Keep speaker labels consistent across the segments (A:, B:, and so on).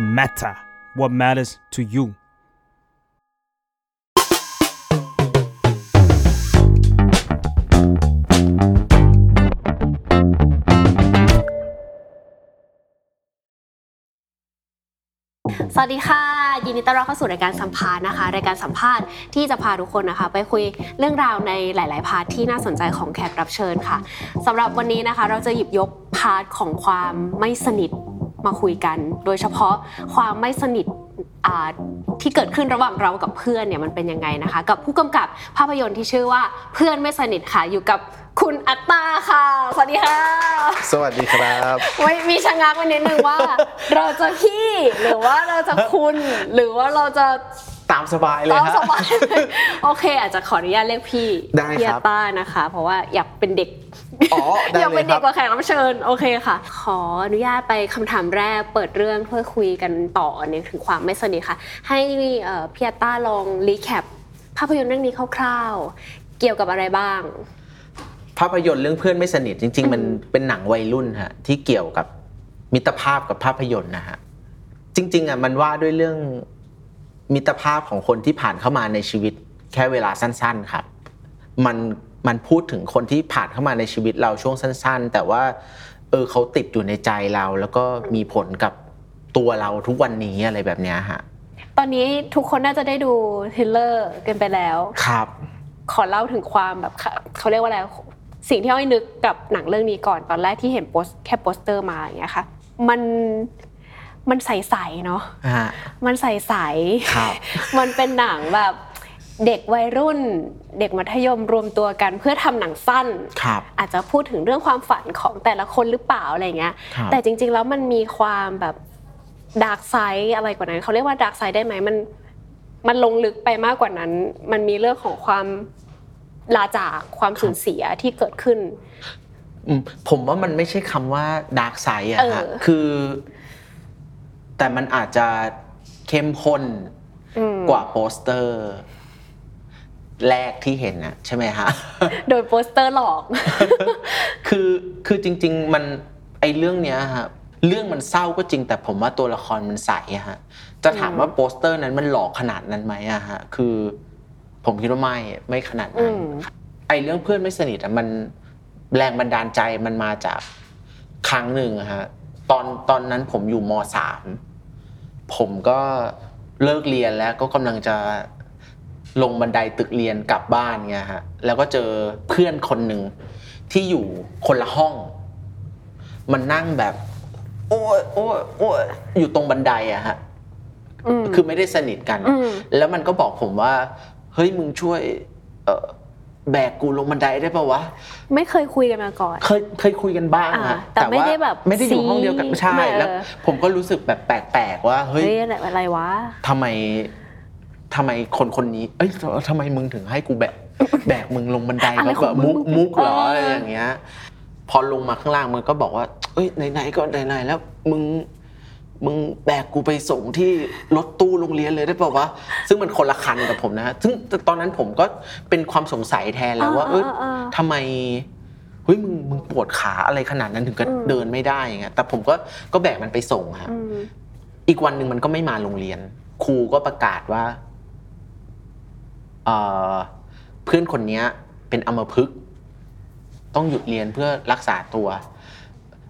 A: matter what matters to you
B: สวัสดีค่ะ ยินดีต้อนรับเข้าสู่รายการสัมภาษณ์นะคะ รายการสัมภาษณ์ที่จะพาทุกคนนะคะ ไปคุยเรื่องราวในหลาย ๆ พาร์ทที่น่าสนใจของแขกรับเชิญค่ะสำหรับวันนี้นะคะ เราจะหยิบยกพาร์ทของความไม่สนิทมาคุยกัน โดยเฉพาะความไม่สนิทอ่าที่เกิดขึ้นระหว่างเรากับเพื่อนเนี่ยมันเป็นยังไงนะคะ กับผู้กำกับภาพยนตร์ที่ชื่อว่าเพื่อนไม่สนิทค่ะอยู่กับคุณอัตตาค่ะ สวัสดีค่ะ
C: สวัสดีครับ
B: ไว้มีชะงักไว้นิดนึง ว่า เราจะพี่หรือว่าเราจะคุณ หรือว่าเราจะ
C: ตามสบายเลย
B: ต้อง
C: ฮะ
B: สบาย โอเค อาจจะขออนุญาตเรียกพี่
C: ได้ครับ
B: พี่อาต้านะคะ เพราะว่าอยากเป็นเด็ก
C: อ๋อ ได้
B: อยาก
C: เล
B: เป็
C: ย
B: น
C: ค
B: เด็
C: รั
B: ก
C: บ
B: กว่าแขกรับเชิญโอเคค่ะ ขออนุญาตไปคำถามแรกเปิดเรื่องเพื่อคุยกันต่อในถึงความไม่สนิทค่ะ ให้เอ่อพี่อาต้าลองรีแคปภาพยนตร์เรื่องนี้คร่าวๆ เกี่ยวกับอะไรบ้าง
C: ภาพยนตร์เรื่องเพื่อนไม่สนิทจริง ๆ มัน
B: อืม
C: เป็นหนังวัยรุ่นฮะที่เกี่ยวกับมิตรภาพกับภาพยนตร์นะฮะ จริง ๆอ่ะมันว่าด้วยเรื่องมิตรภาพของคนที่ผ่านเข้ามาในชีวิตแค่เวลาสั้น ๆ ครับ มันมันพูดถึงคนที่ผ่านเข้ามาในชีวิตเราช่วงสั้น ๆ แต่ว่า เออเขาติดอยู่ในใจเรา แล้วก็มีผลกับตัวเราทุกวันนี้อะไรแบบเนี้ยฮะ
B: ตอนนี้ทุกคนน่าจะได้ดูเทรลเลอร์กันไปแล้ว
C: ครับ
B: ขอเล่าถึงความแบบค่ะเขาเรียกว่าอะไรสิ่งที่อ้อยนึกกับหนังเรื่องนี้ก่อนตอนแรกที่เห็นโปสแค่โปสเตอร์มาอย่างเงี้ยค่ะมันมันใสๆเนาะ
C: ฮะ
B: มันใส
C: ครับ
B: ๆ มันเป็นหนังแบบเด็กวัยรุ่น เด็กมัธยมรวมตัวกันเพื่อทำหนังสั้น
C: ครับ
B: อาจจะพูดถึงเรื่องความฝันของแต่ละคนหรือเปล่าอะไรเงี้ย
C: ครับ
B: แต่จริง ๆ แล้วมันมีความแบบดาร์กไซด์อะไรกว่านั้นเขาเรียกว่าดาร์กไซด์ได้ไหมมัน มันลงลึกไปมากกว่านั้น มันมีเรื่องของความลาจากความสูญเสียที่เกิดขึ้น
C: อืมผมว่ามันไม่ใช่คำว่าดาร์กไซ d e อะฮะ
B: เออ
C: คือ แต่มันอาจจะเข้มข้น
B: อืม
C: กว่าโปสเตอร์ แรกที่เห็นนะใช่ไหมฮะ
B: โดยโปสเตอร์หลอก
C: คือคือจริง ๆ มันไอเรื่องเนี้ยฮะเรื่องมันเศร้าก็จริง แต่ผมว่าตัวละครมันใสอะฮะจะถามว่าโปสเตอร์นั้นมันหลอกขนาดนั้นไหมอะฮะคือ ผมคิดว่าไม่ไม่ขนาด
B: อื
C: นั้น
B: ม
C: ไอ้เรื่องเพื่อนไม่สนิทอะมันแรงบันดาลใจมันมาจากครั้งหนึ่งอะฮะตอนตอนนั้นผมอยู่มสามผมก็เลิกเรียนแล้วก็กำลังจะลงบันไดตึกเรียนกลับบ้านเงี้ยฮะแล้วก็เจอเพื่อนคนหนึ่งที่อยู่คนละห้อง มันนั่งแบบ โอ้ยโอ้ยโอ้ยอยู่ตรงบันไดอะฮะ
B: อืม
C: คือไม่ได้สนิทกัน
B: อืม
C: แล้วมันก็บอกผมว่า เฮ้ยมึงช่วยเอ่อแบกกูลงบันไดได้ปะวะ
B: ไม่เคยคุยกันมาก่อน
C: เคยเคยคุยกันบ้าง
B: อ่า
C: อะ
B: แต่ไม่ได้แบบ
C: ไม่ได้อยู่ห้องเดียวกัน
B: ซี
C: ใช่
B: เออ
C: แล้ว ผมก็รู้สึกแบบแปลกๆว่าเฮ้ย
B: เฮ้ยอะไรอะไรวะ
C: ทำไมทำไมคนคนนี้ เอ้ยทำไมมึงถึงให้กูแบก แบกมึงลงบันได
B: อะไร
C: แล้ว
B: ข
C: แบ
B: องมึ
C: บ
B: ง
C: มุกมุกเหรอ
B: เอออ
C: อะไรอย่างเงี้ย พอลงมาข้างล่างมันก็บอกว่า เอ้ยไหนๆก็ไหนๆแล้วมึงมึงแบกกูไปส่งที่รถตู้โรงเรียนเลยได้ป่าวะซึ่งมันคนละคันกับผมนะฮะซึ่งตอนนั้นผมก็เป็นความสงสัยแทนแล้วว่า เออ
B: อ่า
C: ทำไมเฮ้ยมึงมึงปวดขาอะไรขนาดนั้นถึงก็
B: อืม
C: เดินไม่ได้อย่างเงี้ยแต่ผมก็ก็แบกมันไปส่งครับ
B: อืม
C: อีกวันหนึ่งมันก็ไม่มาโรงเรียน ครูก็ประกาศว่าเอ่อเพื่อนคนเนี้ย เป็นอัมพฤกษ์ต้องหยุดเรียนเพื่อรักษาตัว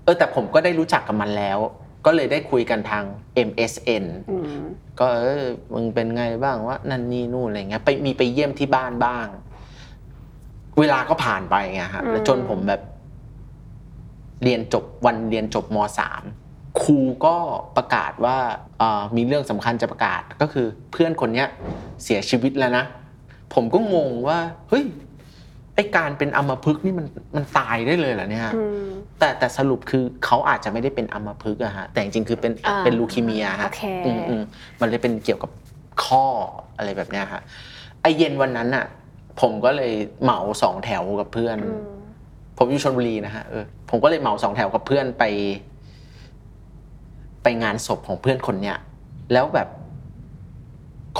C: เออแต่ผมก็ได้รู้จักกับมันแล้ว ก็เลยได้คุยกันทาง MSN
B: อืม
C: ก็เออมึงเป็นไงบ้างวะนั่นนี่นู่นอะไรเงี้ยไปมีไปเยี่ยมที่บ้านบ้าง เวลาก็ผ่านไปไงฮะแล้วจนผมแบบ เรียนจบวันเรียนจบมสามครูก็ประกาศว่าเอ่อมีเรื่องสำคัญจะประกาศก็คือ เพื่อนคนเนี้ย เสียชีวิตแล้วนะ ผมก็งงว่า เฮ้ยไอการเป็นอัมพฤกษ์นี่มันมันตายได้เลยเหรอเนี่ย
B: อืม
C: แต่แต่สรุปคือเขาอาจจะไม่ได้เป็นอัมพฤกษ์อะฮะแต่จริงๆคือเป็น
B: อ่า
C: เป็นลูคีเมียฮะ
B: โอเค
C: มอืมมันเลยเป็นเกี่ยวกับข้ออะไรแบบเนี้ยฮะไอเย็นวันนั้นอะผมก็เลยเหมาสองแถวกับเพื่อน
B: อืม
C: ผมอยู่ชลบุรีนะฮะเออผมก็เลยเหมาสองแถวกับเพื่อนไป ไปงานศพของเพื่อนคนเนี้ยแล้วแบบ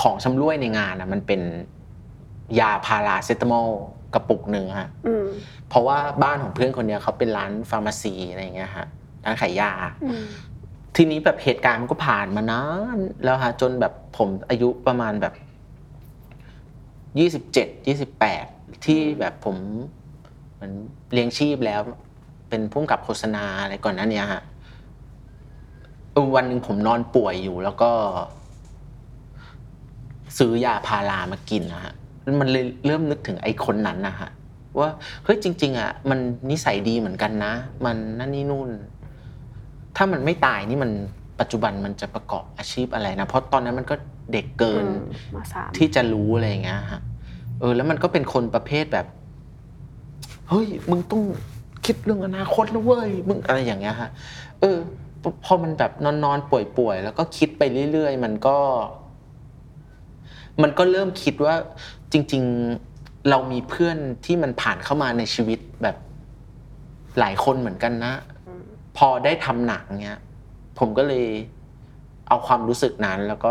C: ของชำร่วยในงานอะมันเป็นยาพาราเซตามอลกระปุกหนึ่งฮะ
B: อืม
C: เพราะว่าบ้านของเพื่อนคนเนี้ยเขาเป็นร้านฟาร์มาซีอะไรอย่างเงี้ยฮะร้านขายยา
B: อืม
C: ทีนี้แบบเหตุการณ์มันก็ผ่านมานานแล้วฮะจนแบบผมอายุประมาณแบบยี่สิบเจ็ดยี่สิบแปดที่แบบผมเหมือนเลี้ยงชีพแล้ว เป็นพุ่มกับโฆษณาอะไรก่อนหนั้นเนี่ยฮะเออวันหนึ่งผมนอนป่วยอยู่แล้วก็ ซื้อยาพารามากินนะฮะมันเลยเริ่มนึกถึงไอ้คนนั้นนะฮะ ว่าเฮ้ยจริง ๆ อ่ะ มันนิสัยดีเหมือนกันนะ มันนั่นนี่นู่น ถ้ามันไม่ตายนี่มันปัจจุบันมันจะประกอบอาชีพอะไรนะ เพราะตอนนั้นมันก็เด็กเกิน
B: อืมมสาม
C: ที่จะรู้อะไรอย่างเงี้ยฮะ เออ แล้วมันก็เป็นคนประเภทแบบ เฮ้ย มึงต้องคิดเรื่องอนาคตนะเว้ย มึงอะไรอย่างเงี้ยฮะ เออพอพอมันแบบนอนนอนป่วยป่วยๆ แล้วก็คิดไปเรื่อยๆ มันก็ มันก็เริ่มคิดว่า จริง ๆ เรามีเพื่อนที่มันผ่านเข้ามาในชีวิตแบบหลายคนเหมือนกันนะ พอได้ทำหนังเนี้ย ผมก็เลยเอาความรู้สึกนั้น แล้วก็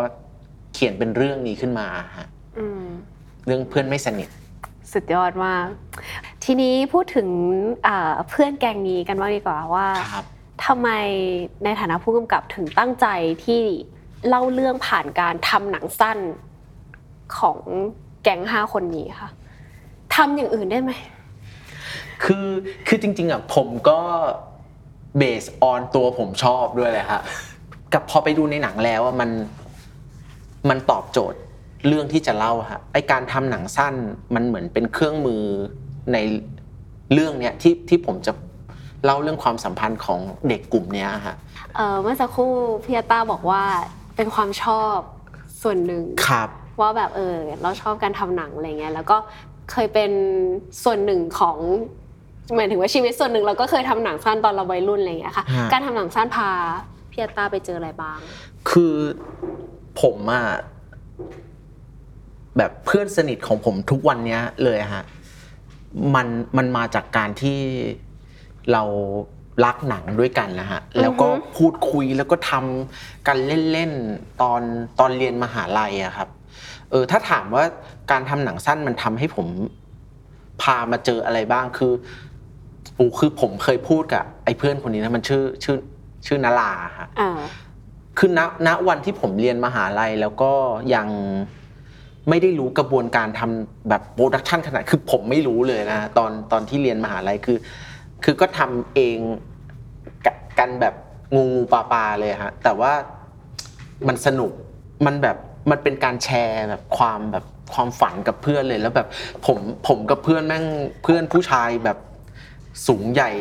C: เขียนเป็นเรื่องนี้ขึ้นมาฮะ
B: อืม
C: เรื่องเพื่อนไม่สนิท
B: สุดยอดมาก ทีนี้พูดถึงอ่าเพื่อนแกงนี้กันบ้างดีกว่าว่า
C: ครับ
B: ทำไมในฐานะผู้กำกับถึงตั้งใจที่เล่าเรื่องผ่านการทำหนังสั้นของแก๊งห้าคนนี้ค่ะทำอย่างอื่นได้ไหม
C: คือคือจริง ๆอ่ะผมก็เบสออนตัวผมชอบด้วยแหละฮะกับพอไปดูในหนังแล้วอะมันมันตอบโจทย์เรื่องที่จะเล่าฮะไอการทำหนังสั้นมันเหมือนเป็นเครื่องมือในเรื่องเนี้ยที่ที่ผมจะเล่าเรื่องความสัมพันธ์ของเด็กกลุ่มเนี้ยฮะ
B: เอ่อเมื่อสักครู่พี่อาต้าบอกว่าเป็นความชอบส่วนหนึ่ง
C: ครับ
B: ว่าแบบเออเราชอบการทำหนังอะไรเงี้ยแล้วก็เคยเป็นส่วนหนึ่งของหมายถึงว่าชีวิตส่วนหนึ่งเราก็เคยทำหนังสั้นตอนเราวัยรุ่นอะไรเงี้ยค่ะ
C: ฮะ
B: การทำหนังสั้นพาพี่อาต้าไปเจออะไรบ้าง
C: คือผมอะแบบเพื่อนสนิทของผมทุกวันเนี้ยเลยฮะมันมันมาจากการที่เรารักหนังด้วยกันนะฮะแล้วก็
B: อือฮึ
C: พูดคุยแล้วก็ทำกันเล่นๆตอนตอนเรียนมหาลัยอะครับ เออถ้าถามว่าการทำหนังสั้นมันทำให้ผมพามาเจออะไรบ้างคืออูคือผมเคยพูดกับไอ้เพื่อนคนนี้นะมันชื่อชื่อชื่อนาลาฮะ
B: อ่า
C: คือณณวันที่ผมเรียนมหาลัยแล้วก็ยังไม่ได้รู้กระบวนการทำแบบโปรดักชันขนาด คือผมไม่รู้เลยนะตอนตอนที่เรียนมหาลัยคือ คือก็ทำเองกะกันแบบงูงูปลาปลาเลยฮะ แต่ว่ามันสนุกมันแบบมันเป็นการแชร์แบบความแบบความฝันกับเพื่อนเลยแล้วแบบผมผมกับเพื่อนแม่งเพื่อนผู้ชายแบบสูงใหญ่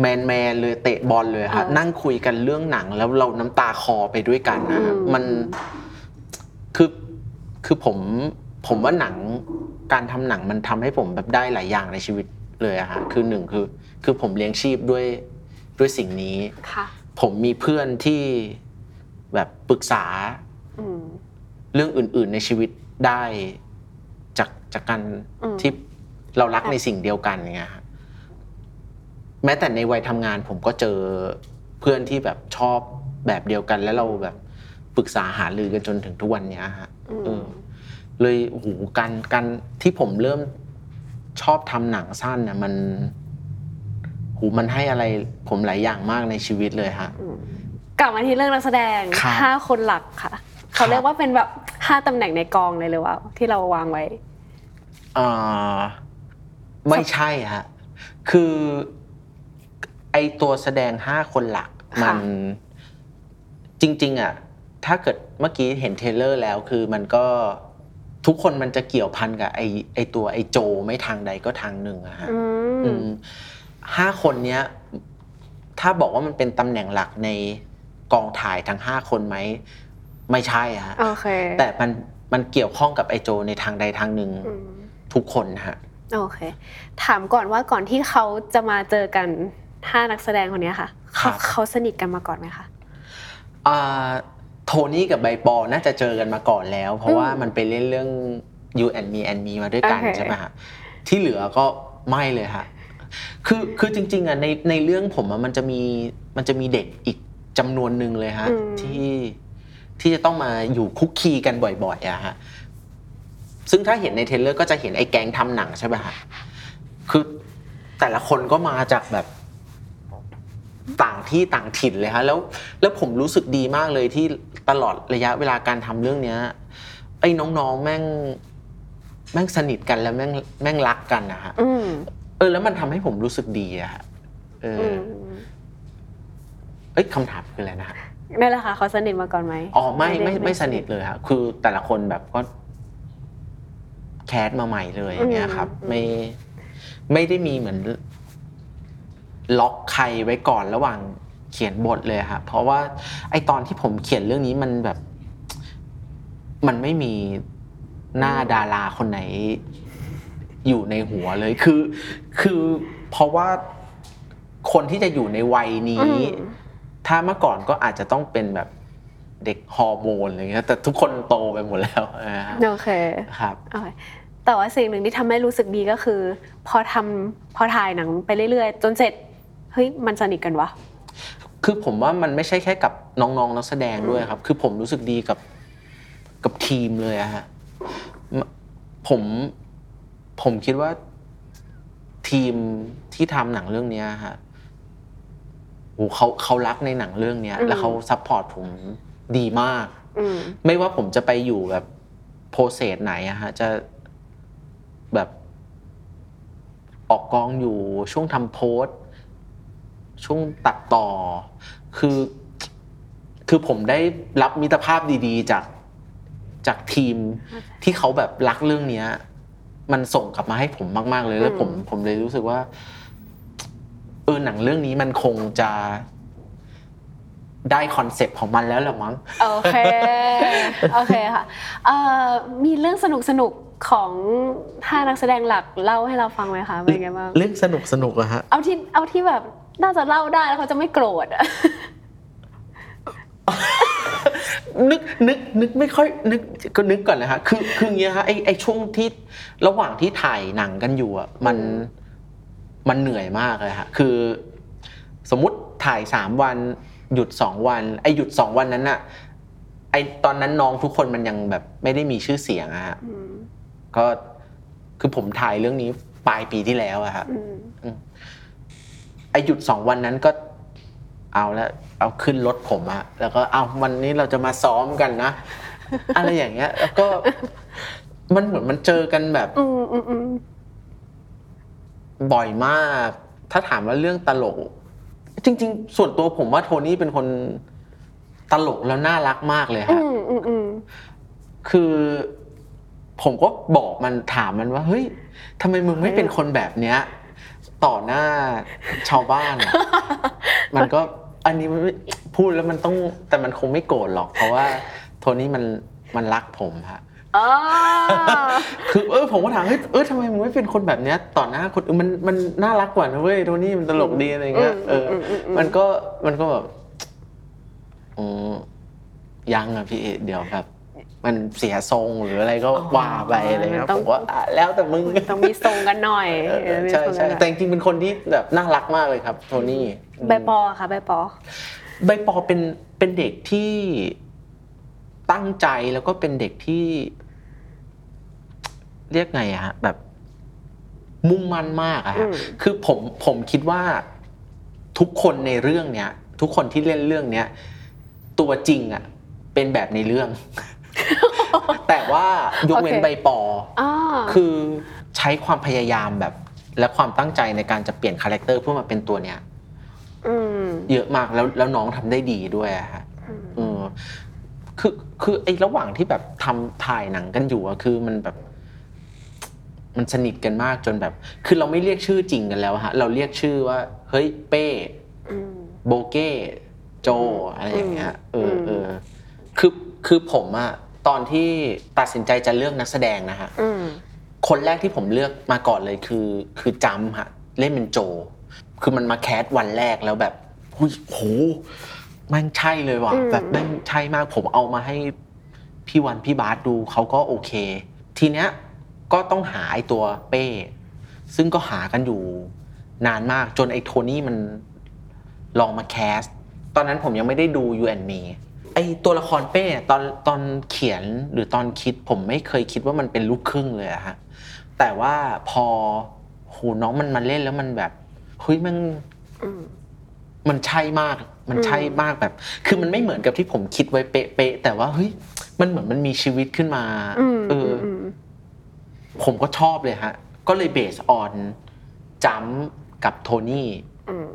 C: แมนแมนๆเลยเตะบอลเลยฮะนั่งคุยกันเรื่องหนังแล้วเราน้ำตาคลอไปด้วยกันนะฮะมันคือคือผมผมว่าหนังการทำหนังมันทำให้ผมแบบได้หลายอย่างในชีวิตเลยอะฮะคือหนึ่งคือ คือผมเลี้ยงชีพด้วยด้วยสิ่งนี้
B: ค่ะ
C: ผมมีเพื่อนที่แบบปรึกษา
B: อืม
C: เรื่องอื่น ๆ ในชีวิตได้จากจากการ
B: อืม
C: ที่เรารักในสิ่งเดียวกันอย่างเงี้ยฮะ แม้แต่ในวัยทำงานผมก็เจอเพื่อนที่แบบชอบแบบเดียวกัน แล้วเราแบบปรึกษาหารือกันจนถึงทุกวันเนี้ยฮะ
B: อืม
C: เออเลยโอ้โหการการที่ผมเริ่มชอบทำหนังสั้นเนี่ยมันโหมันให้อะไรผมหลายอย่างมากในชีวิตเลยฮะ
B: กลับมาที่เรื่องนักแสดง
C: ครับ
B: ห้าคนหลักค่ะ
C: ครั
B: เขา
C: บ
B: เรียกว่าเป็นแบบห้าตำแหน่งในกองเลยเลยว่าที่เราวางไว้
C: อ่าไม่ใช่ฮะ คือ ไอตัวแสดงห้าคนหลัก
B: ค่ะ
C: มันจริง ๆ อ่ะ ถ้าเกิดเมื่อกี้เห็นเทรลเลอร์แล้วคือมันก็ทุกคนมันจะเกี่ยวพันกับไอไอตัวไอโจไม่ทางใดก็ทางหนึ่งอะฮะ
B: อืม
C: อืมห้าคนเนี้ย ถ้าบอกว่ามันเป็นตำแหน่งหลักในกองถ่ายทั้งห้าคนไหม ไม่ใช่ฮะ
B: โอเค
C: แต่มันมันเกี่ยวข้องกับไอโจในทางใดทางหนึ่ง
B: อืม
C: ทุกคนนะฮะ
B: โอเค ถามก่อนว่าก่อนที่เขาจะมาเจอกันห้านักแสดงคนเนี้ยค่ะ
C: ครั
B: เขา
C: บ
B: เขาสนิทกันมาก่อนไหมคะ
C: อ่าโทนี่กับใบปอน่าจะเจอกันมาก่อนแล้ว เพราะว่ามันไปเล่นเรื่อง you and me and me มาด้วยกัน
B: โอเค
C: ใช่ไหมฮะที่เหลือก็ไม่เลยฮะคือคือจริง ๆอ่ะในในเรื่องผมอะมันจะมีมันจะมีเด็กอีกจำนวนหนึ่งเลยฮะ ที่ที่จะต้องมาอยู่คุกคีกันบ่อยๆอะฮะซึ่งถ้าเห็นในเทรลเลอร์ก็จะเห็นไอ้แก๊งทำหนังใช่ไหมฮะคือแต่ละคนก็มาจากแบบ ต่างที่ต่างถิ่นเลยฮะแล้วแล้วผมรู้สึกดีมากเลยที่ตลอดระยะเวลาการทำเรื่องเนี้ยไอ้น้องๆแม่งแม่งสนิทกันแล้วแม่งแม่งรักกันนะฮะ
B: อืม
C: เออแล้วมันทำให้ผมรู้สึกดีอะฮะเออ
B: อื
C: อ
B: ม
C: เอ้ยคำถามคืออะไรนะฮะ
B: นั่นแหละค่ะเขาสนิทมาก่อนไหม
C: อ๋อไม่ไม่ไม่สนิทเลยครับคือแต่ละคนแบบก็แคสมาใหม่เลยอย่างเงี้ยครับ ไม่ไม่ได้มีเหมือน ล็อกใครไว้ก่อนระหว่างเขียนบทเลยครับเพราะว่าไอตอนที่ผมเขียนเรื่องนี้มันแบบ มันไม่มีหน้าดาราคนไหน อยู่ในหัวเลยคือ คือเพราะว่าคนที่จะอยู่ในวัยนี้
B: อืม
C: ถ้าเมื่อก่อนก็อาจจะต้องเป็นแบบเด็กฮอร์โมนอะไรเงี้ยแต่ทุกคนโตไปหมดแล้ว นะฮะ
B: โอเค
C: ครับ
B: โอเค แต่ว่าสิ่งหนึ่งที่ทำให้รู้สึกดีก็คือ พอทำพอถ่ายหนังไปเรื่อยๆ จนเสร็จ เฮ้ย มันสนิทกันวะ
C: คือผมว่ามันไม่ใช่แค่กับน้องๆนักแสดงด้วยครับ คือผมรู้สึกดีกับกับทีมเลยอะฮะมผมผมคิดว่าทีมที่ทำหนังเรื่องเนี้ยฮะโหเขาเขารักในหนังเรื่องเนี้ย
B: อืม
C: แล้วเขาซัพพอร์ตผมดีมาก
B: อืม
C: ไม่ว่าผมจะไปอยู่แบบโปรเซสไหนอะฮะ จะแบบออกกองอยู่ช่วงทำโพสต์ ช่วงตัดต่อ คือ คือผมได้รับมิตรภาพดีๆ จากจากทีมที่เขาแบบรักเรื่องเนี้ย มันส่งกลับมาให้ผมมาก ๆ เลยแล้ว ผม
B: อืม
C: ผมเลยรู้สึกว่า เออหนังเรื่องนี้มันคงจะได้คอนเซปต์ของมันแล้วแหละมั้ง
B: โอเค โอเคค่ะเอ่อมีเรื่องสนุกสนุกๆของห้านักแสดงหลักเล่าให้เราฟังไหมคะเป็นไงบ้าง
C: เรื่องสนุกสนุกอะฮะ
B: เอาที่เอาที่แบบน่าจะเล่าได้แล้วเขาจะไม่โกรธอะ
C: นึกนึกนึกไม่ค่อยนึกก็นึกก่อนนะฮะคือคืออย่างเงี้ยฮะไอไอช่วงที่ระหว่างที่ถ่ายหนังกันอยู่อะมันมันเหนื่อยมากเลยฮะคือ สมมติถ่ายสามวันหยุดสองวัน ไอหยุดสองวันนั้นอะไอตอนนั้นน้องทุกคนมันยังแบบไม่ได้มีชื่อเสียงอะฮะ
B: อืม
C: ก็คือผมถ่ายเรื่องนี้ปลายปีที่แล้วอะฮะ
B: อืม
C: ไอหยุดสองวันนั้นก็เอาละเอาขึ้นรถผมอะแล้วก็เอาวันนี้เราจะมาซ้อมกันนะ อะไรอย่างเงี้ย แล้วก็มันเหมือนมันเจอกันแบบ
B: อืมอืมอืม
C: บ่อยมาก ถ้าถามว่าเรื่องตลก จริง ๆ ส่วนตัวผมว่าโทนี่เป็นคนตลกแล้วน่ารักมากเลย
B: อื
C: ฮะ
B: มอืมอืม
C: คือผมก็บอกมันถามมันว่า เฮ้ยทำไมมึงไม่เป็นคนแบบเนี้ย ต่อหน้าชาวบ้าน อะ มันก็อันนี้มันไม่พูดแล้วมันต้องแต่มันคงไม่โกรธหรอก เพราะว่าโทนี่มันมันรักผมฮะ
B: อ๋อ
C: คือเออผมก็ถามเฮ้ยเออทำไมมึงไม่เป็นคนแบบเนี้ย ต่อหน้าคนอื่นมันมันน่ารักกว่านะเว้ยโทนี่มันตลกดีอะไรเงี้ย
B: อืม
C: เอออ
B: มอืมอืม
C: มันก็มันก็แบบอืมยังอะพี่เอะเดี๋ยวแบบ มันเสียทรงหรืออะไรก็ว่าไปอะไรเงี้ย
B: มันต้
C: ผ
B: อง
C: มว่าอ่ะแล้วแต่มึง
B: ต้องมีทรงกันหน่อย
C: เออ
B: เออมี
C: ใช่
B: ทรงกั
C: ใช่
B: นหน่อย
C: แต่จริงๆเป็นคนที่แบบน่ารักมากเลยครับ โทนี่อืม
B: ใบปอค่ะใบปอ
C: ใบปอเป็นเป็นเด็กที่ตั้งใจแล้วก็เป็นเด็กที่ เรียกไงอะฮะแบบ มุ่งมั่นมากอะ
B: อื
C: ฮะ
B: ม
C: คือผมผมคิดว่าทุกคนในเรื่องเนี้ย ทุกคนที่เล่นเรื่องเนี้ยตัวจริงอะเป็นแบบในเรื่อง แต่ว่ายกเว้นใบปอ
B: อ๋อ
C: คือใช้ความพยายามแบบ และความตั้งใจในการจะเปลี่ยนคาแรคเตอร์เพื่อมาเป็นตัวเนี้ย
B: อืม
C: เยอะมากแล้วแล้วน้องทำได้ดีด้วยอะฮะ เออคือคือไอ้ระหว่างที่แบบทำถ่ายหนังกันอยู่อะคือมันแบบ มันสนิทกันมากจนแบบ คือเราไม่เรียกชื่อจริงกันแล้วอะฮะ เราเรียกชื่อว่า เฮ้ยเป้
B: อืม
C: โบเก้โจอะไรอย่างเงี้ยเออ
B: ม
C: เออคือคือผมอะตอนที่ตัดสินใจจะเลือกนักแสดงนะฮะ
B: อืม
C: คนแรกที่ผมเลือกมาก่อนเลยคือ คือจำฮะเล่นเป็นโจ คือมันมาแคสวันแรกแล้วแบบหุยโหแม่งใช่เลยว่ะ
B: อืม
C: แบบแม่งใช่มากผมเอามาให้พี่วันพี่บาสดูเขาก็โอเค ทีเนี้ยก็ต้องหาไอตัวเป้ ซึ่งก็หากันอยู่นานมากจนไอโทนี่มันลองมาแคส ตอนนั้นผมยังไม่ได้ดู You and Me ไอตัวละครเป้เนี่ยตอนตอนเขียนหรือตอนคิด ผมไม่เคยคิดว่ามันเป็นลูกครึ่งเลยอะฮะ แต่ว่าพอโหูน้องมันมาเล่นแล้วมันแบบเฮ้ยมัน
B: อืม
C: มันใช่มาก มันใช่มากแบบ คือมันไม่เหมือนกับที่ผมคิดไว้เป๊ะๆแต่ว่าเฮ้ยมันเหมือนมันมีชีวิตขึ้นมา
B: อืม
C: เอ
B: อื
C: อ
B: ม
C: อ
B: อืม
C: ผมก็ชอบเลยฮะ ก็เลยเบสออนจัมกับโทนี่
B: อืม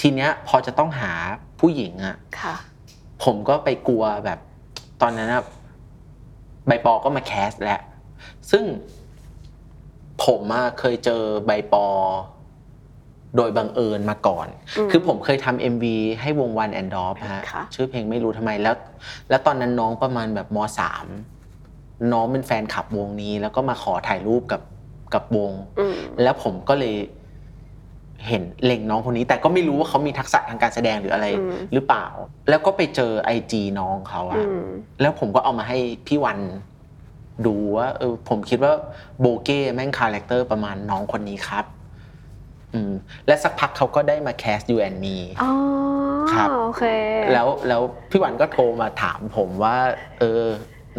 C: ทีเนี้ยพอจะต้องหาผู้หญิงอะ
B: ค่ะ
C: ผมก็ไปกลัวแบบ ตอนนั้นอะใบปอก็มาแคสแล้ว ซึ่งผมอะเคยเจอใบปอ โดยบังเอิญมาก่อน
B: อืม
C: คือผมเคยทำ MV ให้วงวันแอนดอฟฮะ
B: ค่ะ
C: ชื่อเพลงไม่รู้ทำไมแล้ว แล้วตอนนั้นน้องประมาณแบบมสามน้องเป็นแฟนคลับวงนี้ แล้วก็มาขอถ่ายรูปกับกับวง
B: อืม
C: แล้วผมก็เลยเห็นเล็งน้องคนนี้ แต่ก็ไม่รู้ว่าเขามีทักษะทางการแสดงหรืออะไร
B: อืม
C: หรือเปล่า แล้วก็ไปเจอไอจีน้องเขา
B: อื
C: อะ
B: ม
C: แล้วผมก็เอามาให้พี่วันดูว่าเออผมคิดว่าโบเก้แม่งคาแรคเตอร์ประมาณน้องคนนี้ครับ อืม และสักพักเขาก็ได้มาแคส You and Me
B: อ๋อ
C: ครับ
B: โอเค
C: แล้วแล้วพี่วันก็โทรมาถามผมว่า เออ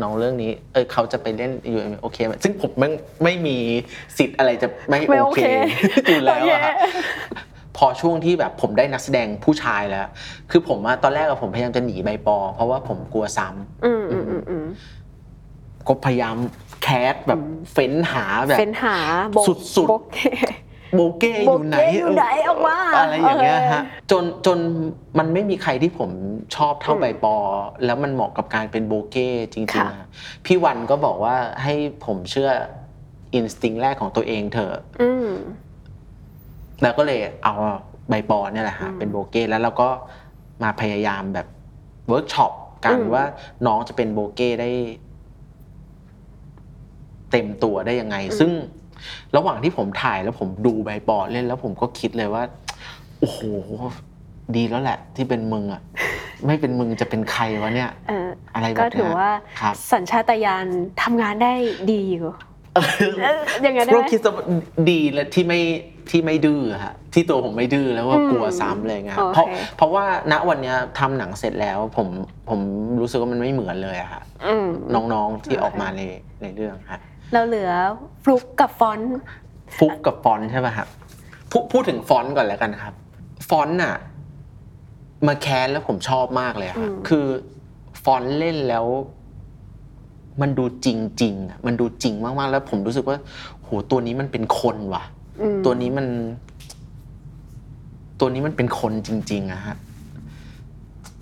C: น้องเรื่องนี้ เออเขาจะไปเล่นอยู่โอเคไหมซึ่งผมไม่งไม่มีสิทธิ์อะไรจะไม่
B: ไม่
C: โอ
B: โอ
C: เค
B: เค
C: อยู่แล้วอะฮะ
B: โอเค
C: พอช่วงที่แบบผมได้นักแสดงผู้ชายแล้ว คือผมอะตอนแรกอะผมพยายามจะหนีใบปอ เพราะว่าผมกลัวซ้ำ
B: อืมอืมอืมอืม
C: ก็พยายามแคสแบบ
B: อืม
C: เฟ้นหาแบบ
B: เฟ้นหาโบก
C: สุดๆ
B: โบ กเก
C: โบเก้อยู่ไหน
B: โบเก้อยู่ไหนออกมา
C: อะไรอย่างเงี้ยฮะ
B: เออ
C: จนจนมันไม่มีใครที่ผมชอบเท่า
B: อืม
C: ใบปอ แล้วมันเหมาะกับการเป็นโบเก้จริง
B: ค่ะ
C: ๆอะพี่วันก็บอกว่าให้ผมเชื่ออินสติ้งแรกของตัวเองเถอะ
B: อืม
C: แล้วก็เลยเอาใบปอเนี่ยแหละฮะ
B: อืม
C: เป็นโบเก้แล้วเราก็มาพยายามแบบเวิร์กช็อปกัน
B: อืม
C: ว่าน้องจะเป็นโบเก้ได้ เต็มตัวได้ยังไง ซึ่งระหว่างที่ผมถ่ายแล้วผมดูใบบอร์ดเล่นแล้วผมก็คิดเลยว่า โอ้โห ดีแล้วแหละ ที่เป็นมึงอ่ะ ไม่เป็นมึงจะเป็นใครวะเนี่ย
B: เออ
C: อะไรแบบ
B: ก็
C: เนี้ย
B: ถือ ว่า
C: ครับ
B: สัญชาตญาณทำงานได้ดีอยู่เอออย่างนั้นได้
C: เรา
B: ไหม
C: คิดว่าดีและที่ไม่ที่ไม่ดื้อฮะที่ตัวผมไม่ดื้อแล้วก็
B: อืม
C: กลัวซ้ำอะไรเลยไงย
B: โอเค
C: เพราะเพราะว่าณวันเนี้ยทำหนังเสร็จแล้ว ผมผมรู้สึกว่ามันไม่เหมือนเลยอะฮะ
B: อืม
C: น้องๆที่
B: โอเค
C: ออกมาในในเรื่องฮะ
B: เราเหลือฟลุกกับฟอนต์
C: ฟุกกับฟอนต์ใช่ไหมครับพูดพูดถึงฟอนต์ก่อนแล้วกันครับ ฟอนต์น่ะ มาแคสแล้วผมชอบมากเลยครับ
B: อืม
C: คือฟอนต์เล่นแล้ว มันดูจริงจริงๆอะมันดูจริงมากๆ แล้วผมรู้สึกว่าโหตัวนี้มันเป็นคนว่ะ
B: อืม
C: ตัวนี้มัน ตัวนี้มันเป็นคนจริง ๆอะฮะ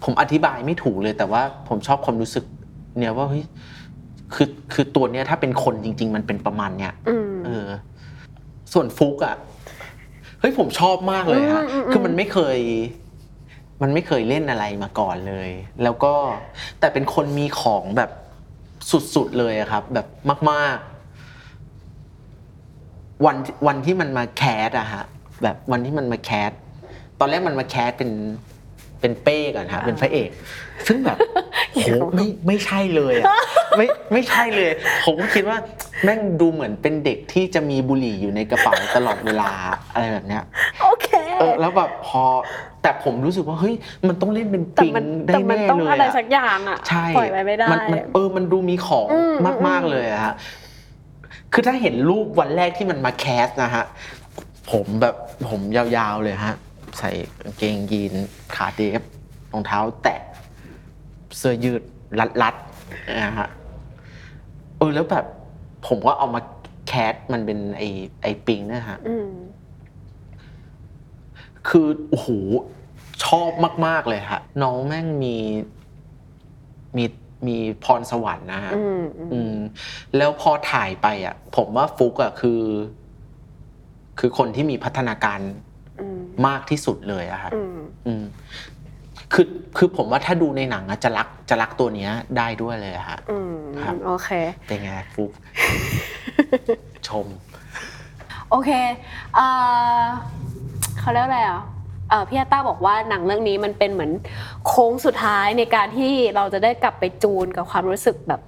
C: ผมอธิบายไม่ถูกเลย แต่ว่าผมชอบความรู้สึก เนี่ยว่าเฮ้ยคือคือตัวเนี้ย ถ้าเป็นคนจริง ๆ มันเป็นประมาณเนี้ย
B: อืม
C: เออส่วนฟุกอะเฮ้ยผมชอบมากเลยฮะ
B: อืมอืมอืม
C: คือมันไม่เคย มันไม่เคยเล่นอะไรมาก่อนเลย แล้วก็แต่เป็นคนมีของแบบสุดๆเลยอะครับ แบบมาก ๆ วันวันที่มันมาแคสอะฮะ แบบวันที่มันมาแคสตอนแรกมันมาแคสเป็นเป็นเป้ก่อนฮะเป็นพระเอก ซึ่ง แบบ โอ้โหไม่ไม่ใช่เลยอะ ไม่ไม่ใช่เลย ผมก็คิดว่า แม่งดูเหมือนเป็นเด็กที่จะมีบุหรี่อยู่ในกระเป๋าตลอดเวลาอะไรแบบเนี้ย
B: โอเค
C: เออแล้วแบบพอแต่ผมรู้สึกว่าเฮ้ยมันต้องเล่นเป็น
B: แต่
C: ปิง
B: มัน
C: ได้
B: แต่มัน
C: แน่
B: ต้อง
C: เลย
B: อะไร
C: อะ
B: สักอย่างอ่ะ
C: ใช่
B: ปล่อยไปไม่ได้
C: นนเออมันดูมีของ
B: อืม
C: มากมาก
B: อืม
C: ๆเลยอะฮะคือถ้าเห็นรูปวันแรกที่มันมาแคสนะฮะผมแบบผมยาวๆเลยฮะ ใส่กางเกงยีนขาเดฟรองเท้าแตะ เสื้อยืดรัดๆนะฮะเออแล้วแบบ ผมก็เอามาแคสมันเป็นไอไอปิงเนะฮะ
B: อืม
C: คือโอ้โหชอบมาก ๆ เลยฮะ น้องแม่งมีมีมีพรสวรรค์นะฮะ
B: อืมอืม
C: อืม แล้วพอถ่ายไปอ่ะ ผมว่าฟุกอ่ะคือ คือคนที่มีพัฒนาการ
B: อืม
C: มากที่สุดเลยอะฮะ
B: อืม
C: อืมคือคือผมว่าถ้าดูในหนังอะจะรักจะรักตัวเนี้ยได้ด้วยเลยอะฮะ
B: อืม
C: ครับ
B: โอเค
C: เป็นไงฟุ ก ชม
B: โอเคเอ่อเขาเรียกอะไรอ่ะเอ่อพี่อาต้าบอกว่าหนังเรื่องนี้มันเป็นเหมือนโค้งสุดท้ายในการที่เราจะได้กลับไปจูนกับความรู้สึกแบบ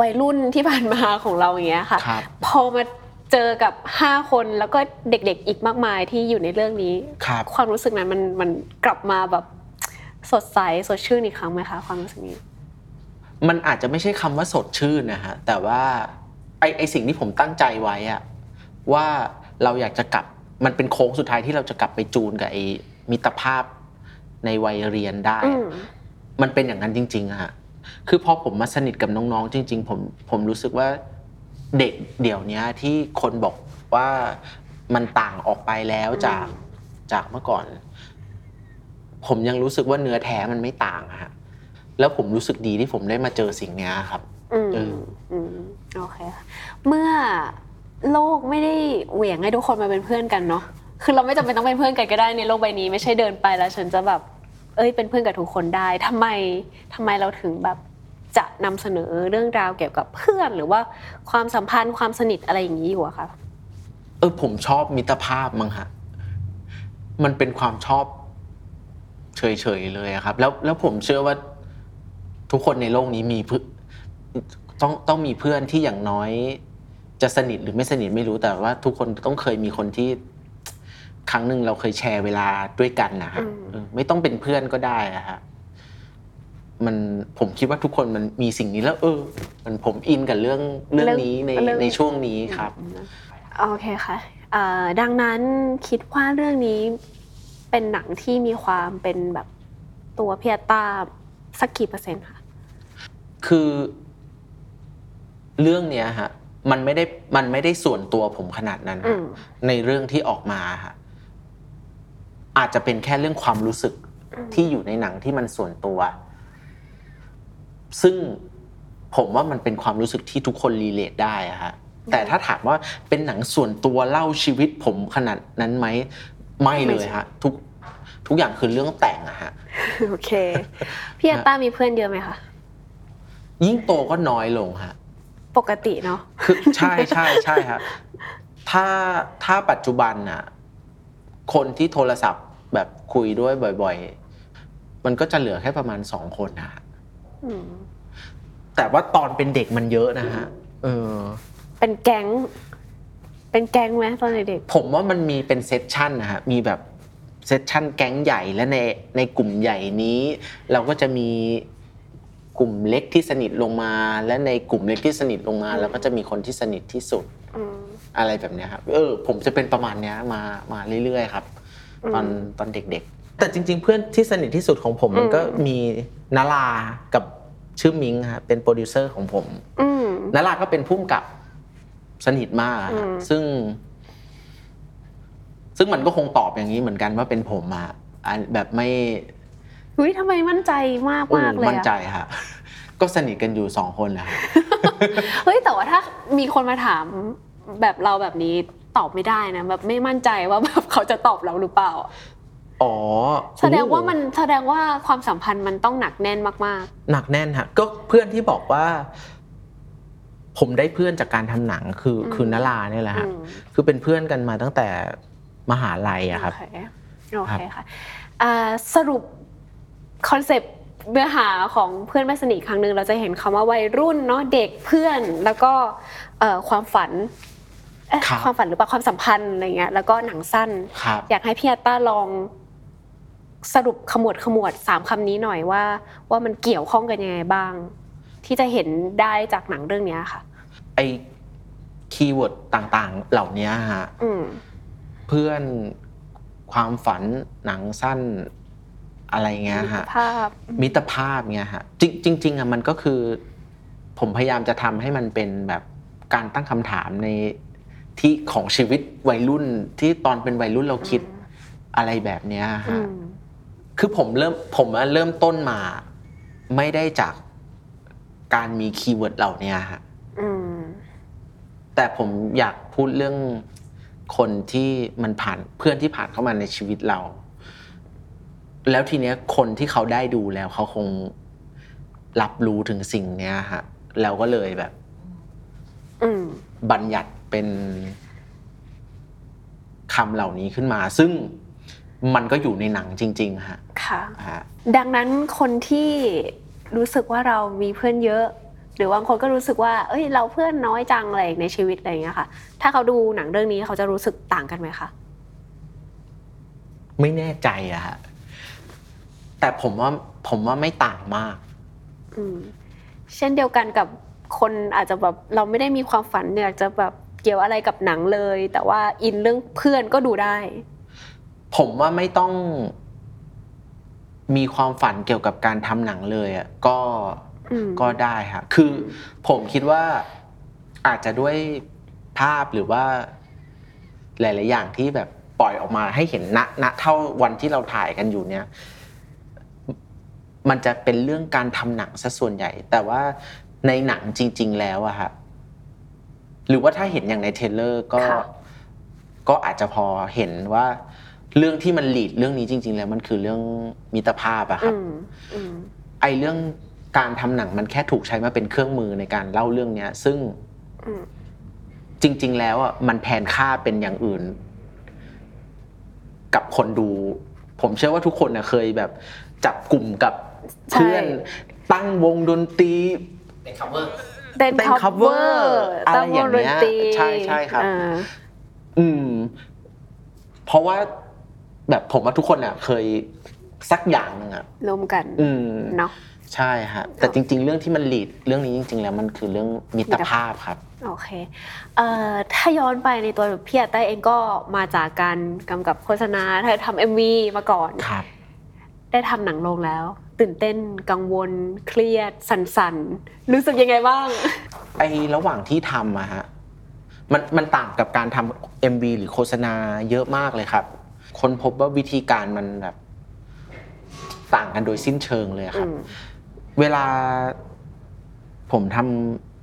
B: วัยรุ่นที่ผ่านมาของเราอย่างเงี้ยค่ะ
C: ครับ
B: พอมาเจอกับห้าคนแล้วก็เด็กๆอีกมากมายที่อยู่ในเรื่องนี้
C: ครับ
B: ความรู้สึกนั้นมันมันกลับมาแบบสดใสสดชื่นอีกครั้งไหมคะความรู้สึกนี้
C: มันอาจจะไม่ใช่คำว่าสดชื่นนะฮะ แต่ว่าไอไอสิ่งที่ผมตั้งใจไว้อะว่าเราอยากจะกลับ มันเป็นโค้งสุดท้ายที่เราจะกลับไปจูนกับไอ มิตรภาพในวัยเรียนได้
B: อืม
C: มันเป็นอย่างนั้นจริงๆอะฮะคือพอผมมาสนิทกับน้องๆ จริง ๆ ผมผมรู้สึกว่าเด็กเดี๋ยวเนี้ยที่คนบอกว่ามันต่างออกไปแล้วจากจากเมื่อก่อน ผมยังรู้สึกว่าเนื้อแท้มันไม่ต่างอะฮะแล้วผมรู้สึกดีที่ผมได้มาเจอสิ่งเนี้ยครับ
B: อืม
C: เออ
B: อืมโอเคค่ะเมื่อโลกไม่ได้เหวี่ยงให้ทุกคนมาเป็นเพื่อนกันเนาะคือเราไม่จำเป็นต้องเป็นเพื่อนกันก็ได้ในโลกใบนี้ ไม่ใช่เดินไปแล้วฉันจะแบบ เอ้ยเป็นเพื่อนกับทุกคนได้ทำไมทำไมเราถึงแบบจะนำเสนอเรื่องราวเกี่ยวกับเพื่อน หรือว่าความสัมพันธ์ความสนิทอะไรอย่างนี้อยู่อะคะ
C: เออผมชอบมิตรภาพมั้งฮะ มันเป็นความชอบเฉยๆเลยอะครับ แล้วแล้วผมเชื่อว่าทุกคนในโลกนี้มีเพื่อนต้องต้องมีเพื่อนที่อย่างน้อย จะสนิทหรือไม่สนิทไม่รู้แต่ว่าทุกคนต้องเคยมีคนที่ ครั้งหนึ่งเราเคยแชร์เวลาด้วยกันนะฮะเออไม่ต้องเป็นเพื่อนก็ได้อะฮะมันผมคิดว่าทุกคนมันมีสิ่งนี้แล้ว เออ มันผมอินกับเรื่องเรื่องนี้ในในช่วงนี้ครับ
B: โอเคค่ะเอ่อดังนั้นคิดว่าเรื่องนี้เป็นหนังที่มีความเป็นแบบตัวเพียตาสักกี่เปอร์เซ็นต์คะ
C: คือเรื่องเนี้ยฮะมันไม่ได้มันไม่ได้ส่วนตัวผมขนาดนั้นฮะ
B: อืม
C: ในเรื่องที่ออกมาฮะอาจจะเป็นแค่เรื่องความรู้สึก
B: อืม
C: ที่อยู่ในหนังที่มันส่วนตัว ซึ่งผมว่ามันเป็นความรู้สึกที่ทุกคนรีเลทได้อะฮะแต่ถ้าถามว่าเป็นหนังส่วนตัวเล่าชีวิตผมขนาดนั้นไหมไม่เลยฮะ ทุกทุกอย่างคือเรื่องแต่งอะฮะ
B: โอเค พี่อัตตามีเพื่อนเยอะไหมคะ
C: ยิ่งโตก็น้อยลงฮะ
B: ปกติเนาะ
C: คือ ใช่ใช่ใช่ครับถ้าถ้าปัจจุบันน่ะคนที่โทรศัพท์แบบคุยด้วยบ่อย ๆ มันก็จะเหลือแค่ประมาณสองคนนะฮะ
B: อืม
C: แต่ว่าตอนเป็นเด็กมันเยอะนะฮะเออ
B: เป็นแก๊ง เป็นแก๊งไหมตอนเด็ก
C: ผมว่ามันมีเป็นเซสชันนะฮะมีแบบเซสชันแก๊งใหญ่และในในกลุ่มใหญ่นี้ เราก็จะมีกลุ่มเล็กที่สนิทลงมา และในกลุ่มเล็กที่สนิทลงมาเราก็จะมีคนที่สนิทที่สุด
B: ๆอืม
C: อะไรแบบเนี้ยครับเออผมจะเป็นประมาณเนี้ยมามาเรื่อยๆครับ
B: อืม
C: ตอนตอนเด็กๆ แต่จริง ๆ เพื่อนที่สนิทที่สุดของผมมัน
B: อืม
C: ก็มีนารากับชื่อมิงฮะเป็นโปรดิวเซอร์ของผม
B: อืม
C: นาราก็เป็นพุ่มกับสนิทมาก
B: อื
C: ฮะ
B: ม
C: ซึ่ง ซึ่งมันก็คงตอบอย่างนี้เหมือนกันว่าเป็นผมอะอันแบบไม่
B: อุ้ยทำไมมั่นใจมาก
C: เออ
B: มากเลย
C: มั่นใจ
B: อะ
C: ฮะ ก็สนิทกันอยู่สองคนนะฮะ
B: เฮ้ย แต่ว่าถ้ามีคนมาถามแบบเราแบบนี้ตอบไม่ได้นะ แบบไม่มั่นใจว่าแบบเขาจะตอบเราหรือเปล่าอะ
C: อ๋อ
B: แสดงว่ามันแสดงว่าความสัมพันธ์มันต้องหนักแน่นมาก
C: หนักแน่นฮะก็เพื่อนที่บอกว่า ผมได้เพื่อนจากการทำหนังคือ
B: อืม
C: คือนาราเนี่ยแห
B: ๆ
C: ละฮะ
B: อืม
C: คือเป็นเพื่อนกันมาตั้งแต่มหาลัยอะครับ
B: โอเคโอเคค่ะอ่าสรุปคอนเซปต์เนื้อหาของเพื่อนไม่สนิทครั้งหนึ่งเราจะเห็นคำว่าวัยรุ่นเนาะเด็กเพื่อนแล้วก็เอ่อความฝันเอ๊ะ
C: ครับ
B: ความฝันหรือเปล่าความสัมพันธ์อะไรเงี้ยแล้วก็หนังสั้น
C: ครับ
B: อยากให้พี่อัตต้าลองสรุปขมวดขมวดสามคำนี้หน่อยว่า ว่ามันเกี่ยวข้องกันยังไงบ้าง ที่จะเห็นได้จากหนังเรื่องเนี้ยค่ะ
C: ไอคีย์เวิร์ดต่างๆ เหล่านี้ฮะ
B: อืม
C: เพื่อนความฝันหนังสั้นอะไรเงี้ยฮะ
B: ภาพ
C: มิตรภาพเนี่ยฮะจริงจริงๆอะมันก็คือ ผมพยายามจะทำให้มันเป็นแบบการตั้งคำถามในที่ของชีวิตวัยรุ่นที่ตอนเป็นวัยรุ่นเราคิดอะไรแบบเนี้ย
B: อื
C: ฮะ
B: ม
C: คือผมเริ่มผมอะเริ่มต้นมา ไม่ได้จากการมีคีย์เวิร์ดเหล่าเนี้ยฮะ
B: อืม
C: แต่ผมอยากพูดเรื่องคนที่มันผ่านเพื่อนที่ผ่านเข้ามาในชีวิตเรา แล้วทีเนี้ยคนที่เขาได้ดูแล้วเขาคงรับรู้ถึงสิ่งเนี้ยฮะแล้วก็เลยแบบ
B: อืม
C: บัญญัติเป็นคำเหล่านี้ขึ้นมา ซึ่งมันก็อยู่ในหนังจริง ๆ ฮะ
B: ค่ะ
C: ฮะ
B: ดังนั้นคนที่รู้สึกว่าเรามีเพื่อนเยอะ หรือบางคนก็รู้สึกว่า เอ้ย เราเพื่อนน้อยจังอะไรในชีวิตอะไรอย่างเงี้ยค่ะ ถ้าเขาดูหนังเรื่องนี้เขาจะรู้สึกต่างกันไหมคะ
C: ไม่แน่ใจอะฮะแต่ผมว่าผมว่าไม่ต่างมาก
B: อืม เช่นเดียวกันกับคนอาจจะแบบเราไม่ได้มีความฝันอยากจะแบบเกี่ยวอะไรกับหนังเลย แต่ว่าอินเรื่องเพื่อนก็ดูได้
C: ผมว่าไม่ต้อง มีความฝันเกี่ยวกับการทำหนังเลยอ่ะก็
B: อืม
C: ก็ได้ค่ะคือผมคิดว่าอาจจะด้วยภาพหรือว่า หลาย ๆ อย่างที่แบบปล่อยออกมาให้เห็นณณเท่าวันที่เราถ่ายกันอยู่เนี่ย มันจะเป็นเรื่องการทำหนังซะส่วนใหญ่ แต่ว่าในหนังจริง ๆ แล้วอะฮะหรือว่าถ้าเห็นอย่างในเทรลเลอร์ก็
B: ค่ะ
C: ก็อาจจะพอเห็นว่า เรื่องที่มันหลีดเรื่องนี้จริง ๆ แล้วมันคือเรื่องมิตรภาพอะค
B: อื
C: รับ
B: มอืม
C: ไอเรื่องการทำหนังมันแค่ถูกใช้มาเป็นเครื่องมือในการเล่าเรื่องเนี้ย ซึ่ง
B: อืม
C: จริง ๆ แล้วอ่ะมันแทนค่าเป็นอย่างอื่น กับคนดู ผมเชื่อว่าทุกคนนะเคยแบบ จับกลุ่มกับ
B: ใช่
C: เพื่อน ตั้งวงดนตรี
D: เป็นคัพเวอร์
B: เป็น
C: เป็น
B: cover
C: cover อะไร
B: ตั้งว
C: อย่าง ง
B: ด
C: เงี้
B: น
C: ย
B: ตรี
C: ใช่ใช่ครับ
B: อ่า
C: อืม เพราะว่าแบบผมว่าทุกคนอ่ะ เคยสักอย่างหนึงอ่ะ
B: รวมกัน
C: อืม
B: เนาะ
C: ใช่ฮะแต่จริง ๆ เรื่องที่มันหลีดเรื่องนี้จริง ๆ แล้วมันคือเรื่องมิตรภาพครับ
B: โอเคเอ่อถ้าย้อนไปในตัวพี่อาเต้ยเองก็มาจากการกำกับโฆษณาทำเอ็มวีมาก่อน
C: ครับ
B: ได้ทำหนังลงแล้ว ตื่นเต้นกังวล เครียด สันส่นๆ รู้สึกยังไงบ้าง
C: ไอระหว่างที่ทำอะฮะมันมันต่างกับการทำ MV หรือโฆษณาเยอะมากเลยครับคนพบว่าวิธีการมันแบบต่างกันโดยสิ้นเชิงเลยอะครับ
B: อืม
C: เวลาผมท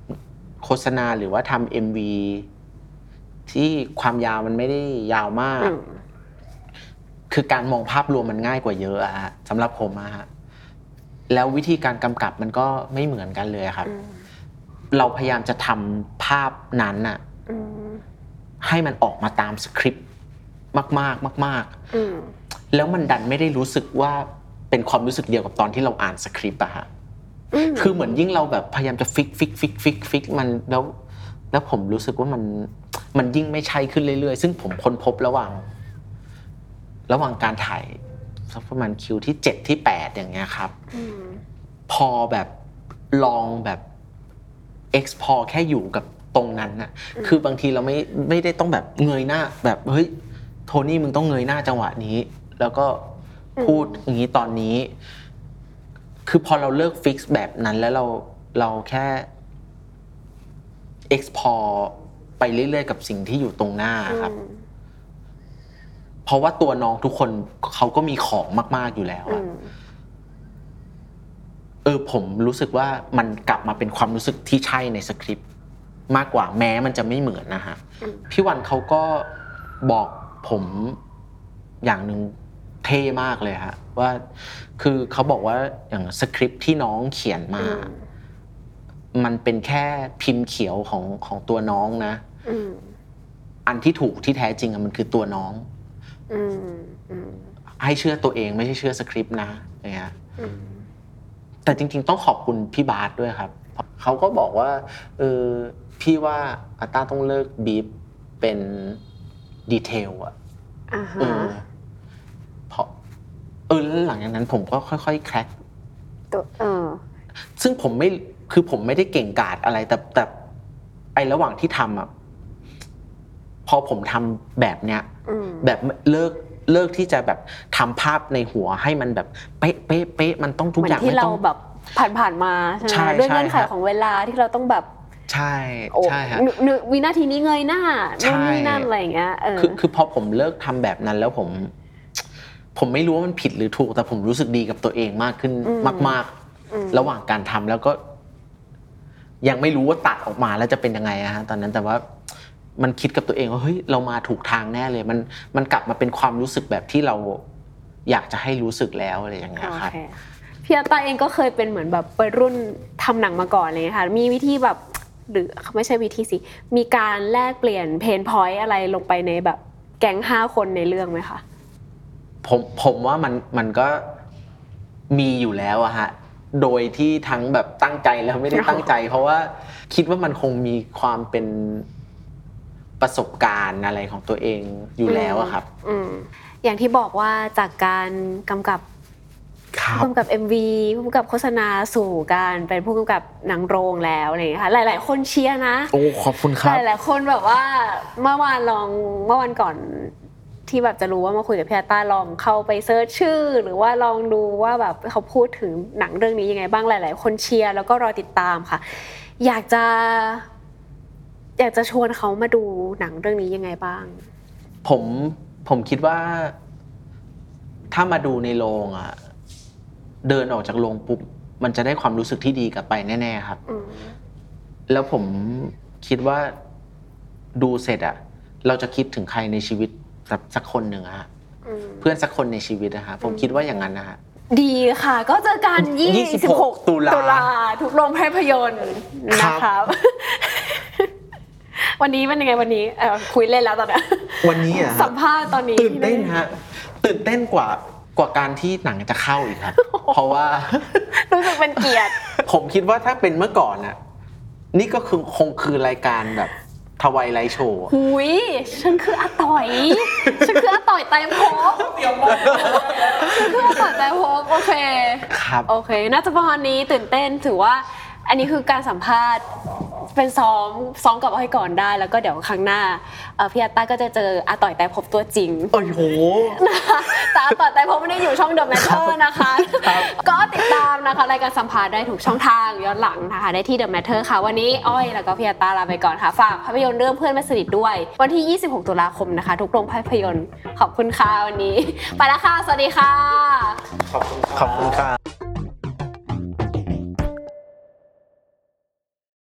C: ำโฆษณาหรือว่าทำ MV ที่ความยาวมันไม่ได้ยาวมาก
B: อืม
C: คือการมองภาพรวมมันง่ายกว่าเยอะอะฮะสำหรับผมอะฮะแล้ววิธีการกำกับมันก็ไม่เหมือนกันเลยอะครับ
B: อืม
C: เราพยายามจะทำภาพนั้นน่ะ
B: อืม
C: ให้มันออกมาตามสคริปต์มากๆมาก
B: อืม
C: ๆ แล้วมันดันไม่ได้รู้สึกว่าเป็นความรู้สึกเดียวกับตอนที่เราอ่านสคริปต์อะฮะ
B: อืม
C: คือเหมือนยิ่งเราแบบพยายามจะฟิกฟิกฟิกฟิกฟิกมันแล้วแล้วผมรู้สึกว่ามันมันยิ่งไม่ใช่ขึ้นเรื่อยๆ ซึ่งผมค้นพบระหว่าง ระหว่างการถ่ายสักประมาณคิวที่เจ็ดที่แปดอย่างเงี้ยครับ
B: อืม
C: พอแบบลองแบบ export แค่อยู่กับตรงนั้นน่ะ คือบางทีเราไม่ไม่ได้ต้องแบบเงยหน้า แบบเฮ้ยโทนี่มึงต้องเงยหน้าจังหวะนี้ แล้วก็พูดอย่างนี้ตอนนี้ คือพอเราเลิกฟิกซ์แบบนั้นแล้วเราเราแค่ export ไปเรื่อยๆกับสิ่งที่อยู่ตรงหน้า
B: อืม
C: ครับ เพราะว่าตัวน้องทุกคนเขาก็มีของมาก ๆอยู่แล้ว
B: อื
C: อะ
B: ม
C: เออผมรู้สึกว่ามันกลับมาเป็นความรู้สึกที่ใช่ในสคริปต์มากกว่าแม้มันจะไม่เหมือนนะฮะ
B: อืม
C: พี่วันเขาก็บอกผมอย่างหนึ่งเท่มากเลยฮะว่าคือเขาบอกว่าอย่างสคริปต์ที่น้องเขียนมา มันเป็นแค่พิมพ์เขียวของของตัวน้องนะ
B: อืม
C: อันที่ถูกที่แท้จริงอะมันคือตัวน้อง
B: อืมอืม
C: ให้เชื่อตัวเองไม่ใช่เชื่อสคริปต์นะอย่างเงี้ย
B: อืม
C: แต่จริงๆ ต้องขอบคุณพี่บาสด้วยครับ เขาก็บอกว่าเออพี่ว่าอาต้าต้องเลิกบีบเป็นดีเทลอะ
B: อ่าฮ
C: เออะ เพราะเออแล้วหลังจากนั้นผมก็ค่อยๆ แคร็ก
B: ตัวเออ
C: ซึ่งผมไม่คือผมไม่ได้เก่งกาจอะไร แต่แต่ไอระหว่างที่ทำอะพอผมทำแบบเนี้ย
B: อืม
C: แบบเลิกเลิกที่จะแบบทำภาพในหัวให้มันแบบเป๊ะเป๊ะเป๊ะมันต้องทุก
B: เหมือ
C: อย่าง
B: นที่
C: มัน
B: เรา
C: ต้อง
B: แบบผ่านๆมาใช่ไหม
C: ใช่
B: ด้วย
C: ใช่
B: เงื่อนไข
C: ครับ
B: ของเวลาที่เราต้องแบบ
C: ใช่
B: โอ้
C: ใช่ฮะ
B: นึนึวินาทีนี้เงยหน้า
C: ใช่
B: นู่นนี่นั่นอะไรอย่างเงี้ยเออ
C: คือคือพอผมเลิกทำแบบนั้นแล้วผม ผมไม่รู้ว่ามันผิดหรือถูก แต่ผมรู้สึกดีกับตัวเองมากขึ้นมาก
B: ม
C: ๆ ระหว่างการทำแล้วก็ ยังไม่รู้ว่าตัดออกมาแล้วจะเป็นยังไงอะฮะตอนนั้นแต่ว่ามันคิดกับตัวเองว่าเฮ้ยเรามาถูกทางแน่เลย มันมันกลับมาเป็นความรู้สึกแบบที่เราอยากจะให้รู้สึกแล้วอะไรอย่างเงี้ย
B: โอ
C: ครับ
B: เคพี่อาตาเองก็เคยเป็นเหมือนแบบวัยรุ่นทำหนังมาก่อนอะไรเลยค่ะ มีวิธีแบบหรือไม่ใช่วิธีสิ มีการแลกเปลี่ยนเพนพอยต์อะไรลงไปในแบบแก๊งห้าคนในเรื่องไหมคะ
C: ผมผมว่ามันมันก็มีอยู่แล้วอะฮะ โดยที่ทั้งแบบตั้งใจแล้วไม่ได้ตั้งใจ เพราะว่าคิดว่ามันคงมีความเป็นประสบการณ์อะไรของตัวเองอยู่แล้วอะครับ
B: อืมอย่างที่บอกว่าจากการกำกับผู้กำกับ MV ผู้กำกับโฆษณาสู่การเป็นผู้กำกับหนังโรงแล้วอะไรอย่างเงี้ยค่ะหลาย ๆ คนเชียร์นะ
C: โอ้ขอบคุณค
B: ห
C: รับ
B: ลายหลายๆคนแบบว่าเมื่อวานลองเมื่อวันก่อน ที่แบบจะรู้ว่ามาคุยกับพี่อาต้าลองเข้าไปเซิร์ชชื่อ หรือว่าลองดูว่าแบบเขาพูดถึงหนังเรื่องนี้ยังไงบ้างหลาย ๆ คนเชียร์แล้วก็รอติดตามค่ะ อยากจะ อยากจะชวนเขามาดูหนังเรื่องนี้ยังไงบ้าง
C: ผมผมคิดว่า ถ้ามาดูในโรงอะเดินออกจากโรงปุ๊บมันจะได้ความรู้สึกที่ดีกลับไปแน่ๆครับ
B: อืม
C: แล้วผมคิดว่าดูเสร็จอะเราจะคิดถึงใครในชีวิตสักสักคนหนึ่งอะฮะ
B: อืม
C: เพื่อนสักคนในชีวิตนะฮะผมคิดว่าอย่างนั้นนะฮะ
B: ดีค่ะ ก็เจอกัน26
C: 26ตุลา
B: ทุกโรงภาพยนตร์นะค
C: ครั
B: รับ
C: บ
B: วันนี้มันยังไงวันนี้เอ่อคุยเล่นแล้วตอนเนี้ย
C: วันนี้อะ
B: สัมภาษณ์ตอนนี้
C: ตื่นเต้นฮะตื่นเต้นกว่ากว่าการที่หนังจะเข้าอีกครับ เพราะ ว่า
B: รู้สึกเป็นเกียร ติ
C: ผมคิดว่าถ้าเป็นเมื่อก่อนน่ะ นี่ก็คือคงคือรายการแบบทวายไลท์โชว์อะ
B: หุยฉันคืออาต่อย ฉันคืออาต่อยไตรภพบฉันคืออาต่อยไตรภพบโอเค
C: ครับ
B: โอเค น่าจะประมาณนี้ตื่นเต้นถือว่า อันนี้คือการสัมภาษณ์เป็นซ้อมซ้อมกับเอาให้ก่อนได้ แล้วก็เดี๋ยวครั้งหน้าเอ่อพี่อาต้าก็จะเจออาต่อยแต่พบตัวจริง
C: โอ้ยโห
B: นะคะแต่อาต่อยแต่พบไม่ได้อยู่ช่องเดอะแมทเทอร์นะคะ
C: ครับ
B: ก็ติดตามนะคะรายการสัมภาษณ์ได้ถูกช่องทางย้อนหลังนะคะ ได้ที่เดอะแมทเทอร์ค่ะ วันนี้อ้อยแล้วก็พี่อาต้าลาไปก่อนค่ะ ฝากภาพยนตร์เรื่องเพื่อนไม่สนิทด้วย วันที่ 26 ตุลาคมนะคะ ทุกโรงภาพยนตร์ขอบคุณค่ะวันนี้ ไปแล้วค่ะสวัสดีค่ะ
C: ขอบคุณครับ